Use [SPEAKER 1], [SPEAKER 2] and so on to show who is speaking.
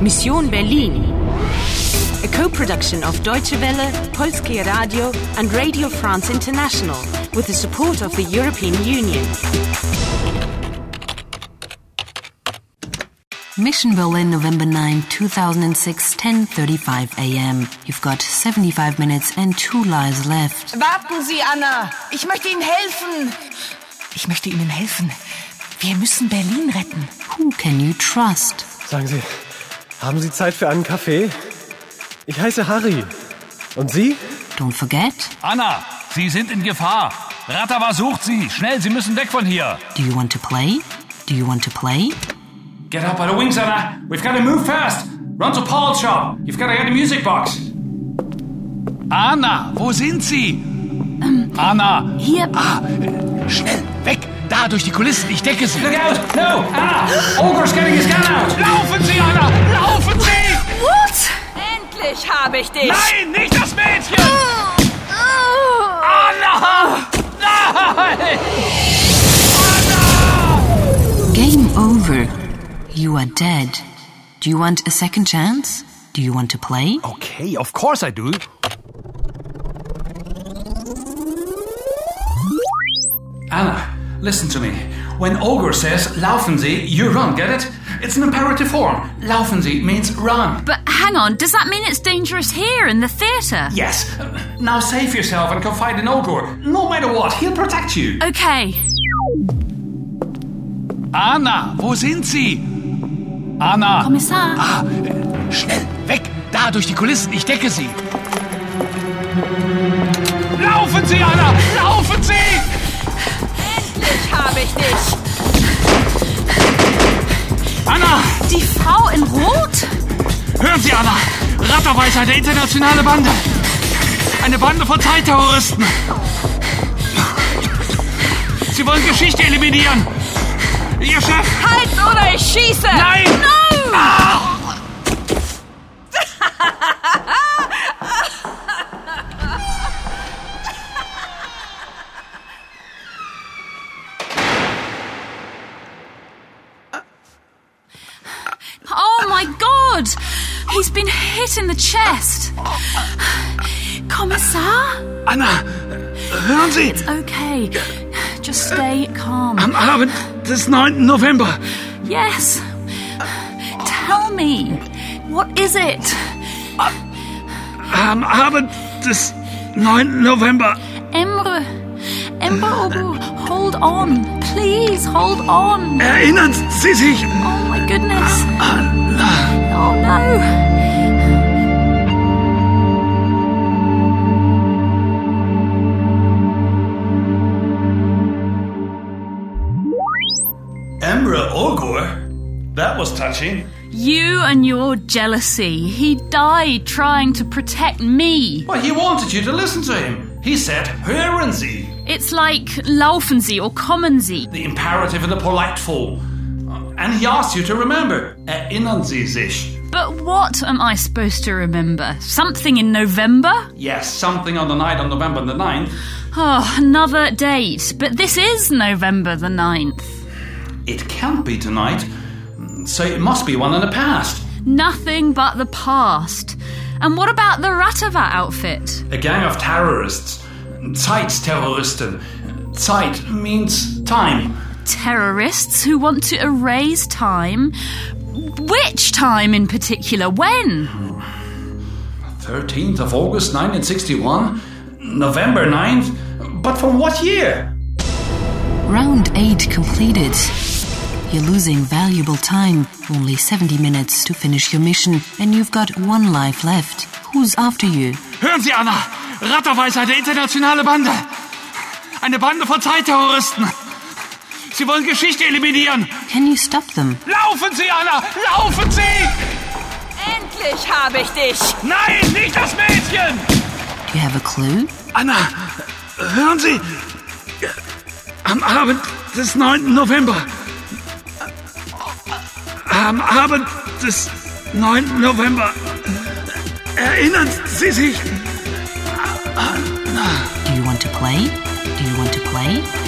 [SPEAKER 1] Mission Berlin. A co-production of Deutsche Welle, Polskie Radio and Radio France International with the support of the European Union.
[SPEAKER 2] Mission Berlin, November 9, 2006, 10.35 a.m. You've got 75 minutes and two lives left.
[SPEAKER 3] Warten Sie, Anna. Ich möchte Ihnen helfen.
[SPEAKER 4] Ich möchte Ihnen helfen. Wir müssen Berlin retten.
[SPEAKER 2] Who can you trust?
[SPEAKER 5] Sagen Sie, haben Sie Zeit für einen Kaffee? Ich heiße Harry. Und Sie?
[SPEAKER 2] Don't forget,
[SPEAKER 6] Anna, Sie sind in Gefahr. Ratawa sucht Sie. Schnell, Sie müssen weg von hier.
[SPEAKER 2] do you want to play? Do you want to play?
[SPEAKER 6] Get up by the wings, Anna. We've got to move fast. Run to Paul's shop. You've got to get a music box. Anna, wo sind Sie?
[SPEAKER 3] Ähm,
[SPEAKER 6] Anna.
[SPEAKER 4] Hier.
[SPEAKER 6] Ah, äh, schnell, weg. Da, durch die Kulissen. Ich decke Sie. Look out. No, Anna. Ogre's getting his gun out. Laufen Sie, Anna. Laufen Sie.
[SPEAKER 3] Endlich habe ich dich.
[SPEAKER 6] Nein, nicht das Mädchen. Anna. Nein.
[SPEAKER 2] Game over. You are dead. Do you want a second chance? Do you want to play?
[SPEAKER 6] Okay, of course I do. Anna, listen to me. When Ogre says laufen Sie, you run, get it? It's an imperative form. Laufen Sie means run.
[SPEAKER 7] But hang on, does that mean it's dangerous here in the theatre?
[SPEAKER 6] Yes. Now save yourself and confide in Ogre. No matter what, he'll protect you.
[SPEAKER 7] Okay.
[SPEAKER 6] Anna, wo sind Sie? Anna.
[SPEAKER 7] Kommissar.
[SPEAKER 6] Ah, äh, schnell, weg! Da, durch die Kulissen, ich decke sie! Laufen Sie, Anna! Laufen Sie!
[SPEAKER 3] Endlich habe ich dich.
[SPEAKER 6] Anna!
[SPEAKER 7] Die Frau in Rot?
[SPEAKER 6] Hören Sie, Anna! Ratterweisheit, eine internationale Bande! Eine Bande von Zeitterroristen! Sie wollen Geschichte eliminieren! Ihr Chef!
[SPEAKER 3] Halt oder ich schieße.
[SPEAKER 6] Nein! Ah!
[SPEAKER 7] Oh my god! He's been hit in the chest. Kommissar?
[SPEAKER 6] Anna! Hören Sie!
[SPEAKER 7] Okay. Just stay calm.
[SPEAKER 6] Am Abend des 9. November
[SPEAKER 7] Yes. Tell me. What is it?
[SPEAKER 6] Am Abend des 9. November.
[SPEAKER 7] Emre. Emre Obu, hold on. Please, hold on.
[SPEAKER 6] Erinnern Sie sich?
[SPEAKER 7] Oh my goodness. Oh no.
[SPEAKER 6] Emra Ogor? That was touching.
[SPEAKER 7] You and your jealousy. He died trying to protect me.
[SPEAKER 6] Well, he wanted you to listen to him. He said, Hören Sie,
[SPEAKER 7] It's like laufen Sie or kommen Sie.
[SPEAKER 6] the imperative in the polite form. And he asked you to remember, Erinnern Sie sich.
[SPEAKER 7] But what am I supposed to remember? Something in November?
[SPEAKER 6] Yes, something on the night on November the 9th.
[SPEAKER 7] Oh, another date. But this is November the 9th.
[SPEAKER 6] It can't be tonight, so it must be one in the past.
[SPEAKER 7] Nothing but the past. And what about the Ratava outfit?
[SPEAKER 6] A gang of terrorists. Zeitterroristen. Zeit means time.
[SPEAKER 7] Terrorists who want to erase time. Which time in particular? When?
[SPEAKER 6] 13th of August 1961, November 9th, but from what year?
[SPEAKER 2] Round 8 completed. You're losing valuable time. Only 70 minutes to finish your mission, and you've got one life left. Who's after you?
[SPEAKER 6] Hören Sie, Anna! Ratterweisheit, eine internationale Bande! Eine Bande von Zeitterroristen! Sie wollen Geschichte eliminieren!
[SPEAKER 2] Can you stop them?
[SPEAKER 6] Laufen Sie, Anna! Laufen Sie!
[SPEAKER 3] Endlich habe ich dich.
[SPEAKER 6] Nein, nicht das Mädchen!
[SPEAKER 2] Do you have a clue?
[SPEAKER 6] Anna, hören Sie! Am Abend des 9. November. Am Abend des 9. November. Erinnern Sie sich?
[SPEAKER 2] Do you want to play? Do you want to play?